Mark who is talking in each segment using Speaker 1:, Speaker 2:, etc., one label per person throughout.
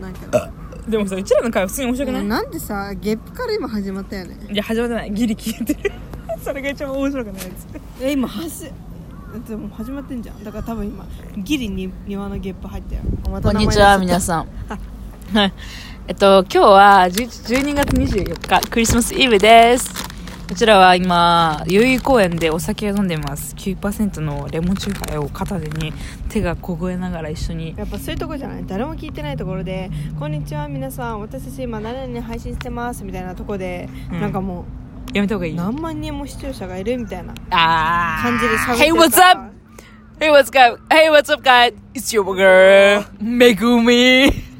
Speaker 1: ないけど
Speaker 2: でもさうちらの会話普通に面白くない、
Speaker 1: なんでさゲップから今始まったよね
Speaker 2: いや始まってないギリ消えてる それが一番面白くないやつ
Speaker 1: え今はしでも始まってんじゃんだから多分今ギリに庭のゲップ入ったよ
Speaker 3: こんにちは、皆
Speaker 1: さ
Speaker 3: さん。えっと、今日は10 12月24日、クリスマスイブです。こちらは今、代々木公園でお酒を飲んでます。9%のレモンチューハイを片手に手が凍えながら一緒に。
Speaker 1: やっぱそういうとこじゃない誰も聞いてないところで「こんにちは皆さん私たち今何々に配信してます」みたいなとこで、
Speaker 3: うん
Speaker 1: なんかも
Speaker 3: やめた方がいうい
Speaker 1: 何万人も視聴者がいるみたいな
Speaker 3: あー
Speaker 1: 感じで喋って
Speaker 3: Hey,
Speaker 1: る
Speaker 3: what's
Speaker 1: から
Speaker 3: up? Hey, what's up? Hey, what's up, guys? It's your girl, Megumi.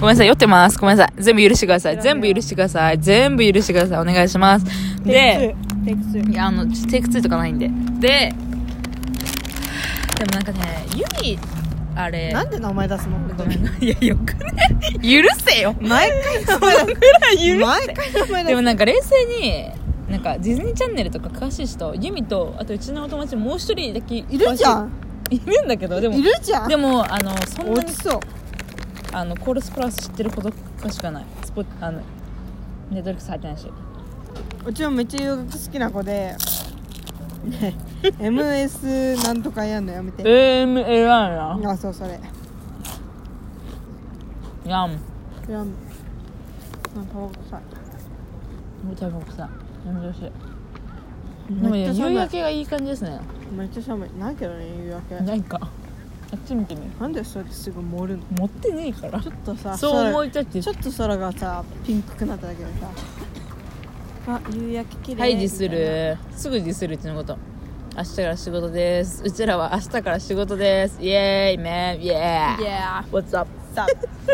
Speaker 3: ごめんなさい、酔ってます。ごめんなさい。全部許してください。全部許してください。全部許してください。お願いします。で、
Speaker 1: テイクツーテイクツー
Speaker 3: いや、あの、ちょテイク2とかないんで。で、でもなんかね、ユミ、あれ、
Speaker 1: なんで名前出すの
Speaker 3: ごめんな。いや、よくね。許 せよ。
Speaker 1: 毎回名前出す
Speaker 3: ぐらい許
Speaker 1: 毎回名前出
Speaker 3: ですもなんか冷静になんかディズニーチャンネルとか詳しい人ユミとあとうちのお友達もう一人だけい
Speaker 1: いるじゃん
Speaker 3: いるんだけどでも
Speaker 1: いるじゃん
Speaker 3: でもあのそんな
Speaker 1: 落
Speaker 3: に
Speaker 1: ちそう
Speaker 3: あのコールスプラス知ってることかしかないスポあのネットフリックス入ってないし
Speaker 1: うちもめっちゃ洋楽好きな子でね MS なんとかやんのやめて
Speaker 3: AM 偉いな
Speaker 1: あそうそれ
Speaker 3: やんも
Speaker 1: いやんあタバコ臭いう
Speaker 3: タバコさやめてほしいでも
Speaker 1: め
Speaker 3: い
Speaker 1: っ
Speaker 3: や
Speaker 1: ちゃ寒
Speaker 3: 夕焼
Speaker 1: い
Speaker 3: けがいい感じですね
Speaker 1: めっちゃ寒いないけどね夕焼け
Speaker 3: ないかあっち見てみる
Speaker 1: なんでそうやってすぐ盛るの
Speaker 3: 持ってねえから
Speaker 1: ちょっとさ
Speaker 3: そう思いたって
Speaker 1: 空ちょっと空がさピンクくなっただけでさあ夕焼け綺麗
Speaker 3: はいディスるすぐディスるうちのこと明日から仕事ですうちらは明日から仕事ですイエーイメンイエーイ
Speaker 1: Yeah
Speaker 3: What's up?
Speaker 1: さ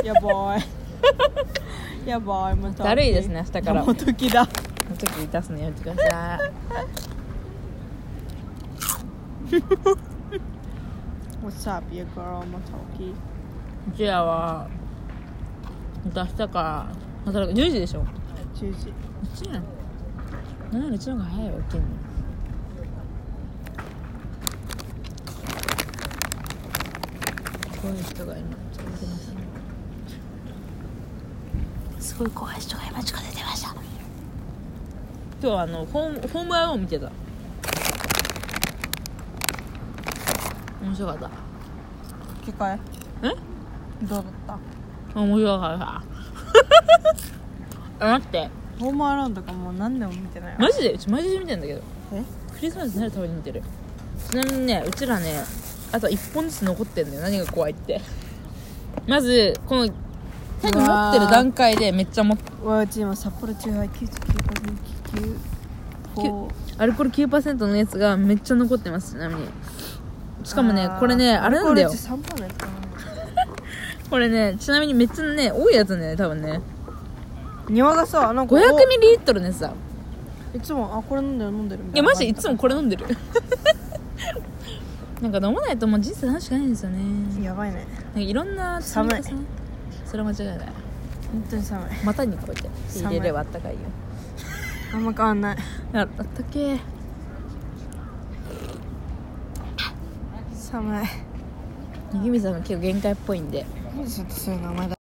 Speaker 1: やばいやばいもう
Speaker 3: だるいですね明日から
Speaker 1: もう時だ
Speaker 3: その時出すのやめてください
Speaker 1: What's up your girl もう時
Speaker 3: うちらはまた明日から働く10時でしょう
Speaker 1: 10時
Speaker 3: ちらなんならうちの方が早いわ起きんの怖い人が今近づいてますねすごい怖い人が今近づいてました今日あのホームホームアローン見てた面白かった
Speaker 1: 機械
Speaker 3: え
Speaker 1: どうだった
Speaker 3: 面白かった あ待って
Speaker 1: ホームアローンとかもう何年も見てないわ
Speaker 3: マジでうちマジで見てんだけど
Speaker 1: え
Speaker 3: クリスマスになるために見てるちなみにねうちらねあと1本ずつ残ってんだよ何が怖いってまずこの手に持ってる段階でめっちゃも
Speaker 1: うわうち今札幌中杯99.99こう
Speaker 3: アルコール9%のやつがめっちゃ残ってますちなみにしかもね
Speaker 1: あー
Speaker 3: これねあれなんだよ
Speaker 1: これうち3本のやつかな
Speaker 3: これねちなみにめっちゃね多いやつね多分ね
Speaker 1: 庭がさなんか
Speaker 3: 500
Speaker 1: お
Speaker 3: ミリリットルねさ
Speaker 1: いつもあこれ飲んでる飲んでるみ
Speaker 3: い
Speaker 1: たい
Speaker 3: や
Speaker 1: な
Speaker 3: マジでいつもこれ飲んでる なんか飲まないともう人生楽しくないんですよね
Speaker 1: やばいね
Speaker 3: なんかいろんな
Speaker 1: 寒い
Speaker 3: 積み重ねそれは間違いな
Speaker 1: 本
Speaker 3: い
Speaker 1: 当に寒い
Speaker 3: 股にこうやって入れればあったかいよ
Speaker 1: あんま変わんない
Speaker 3: ああったけー
Speaker 1: 寒い
Speaker 3: ゆみさんが結構限界っぽいんで
Speaker 1: ちょっとそういう名前だ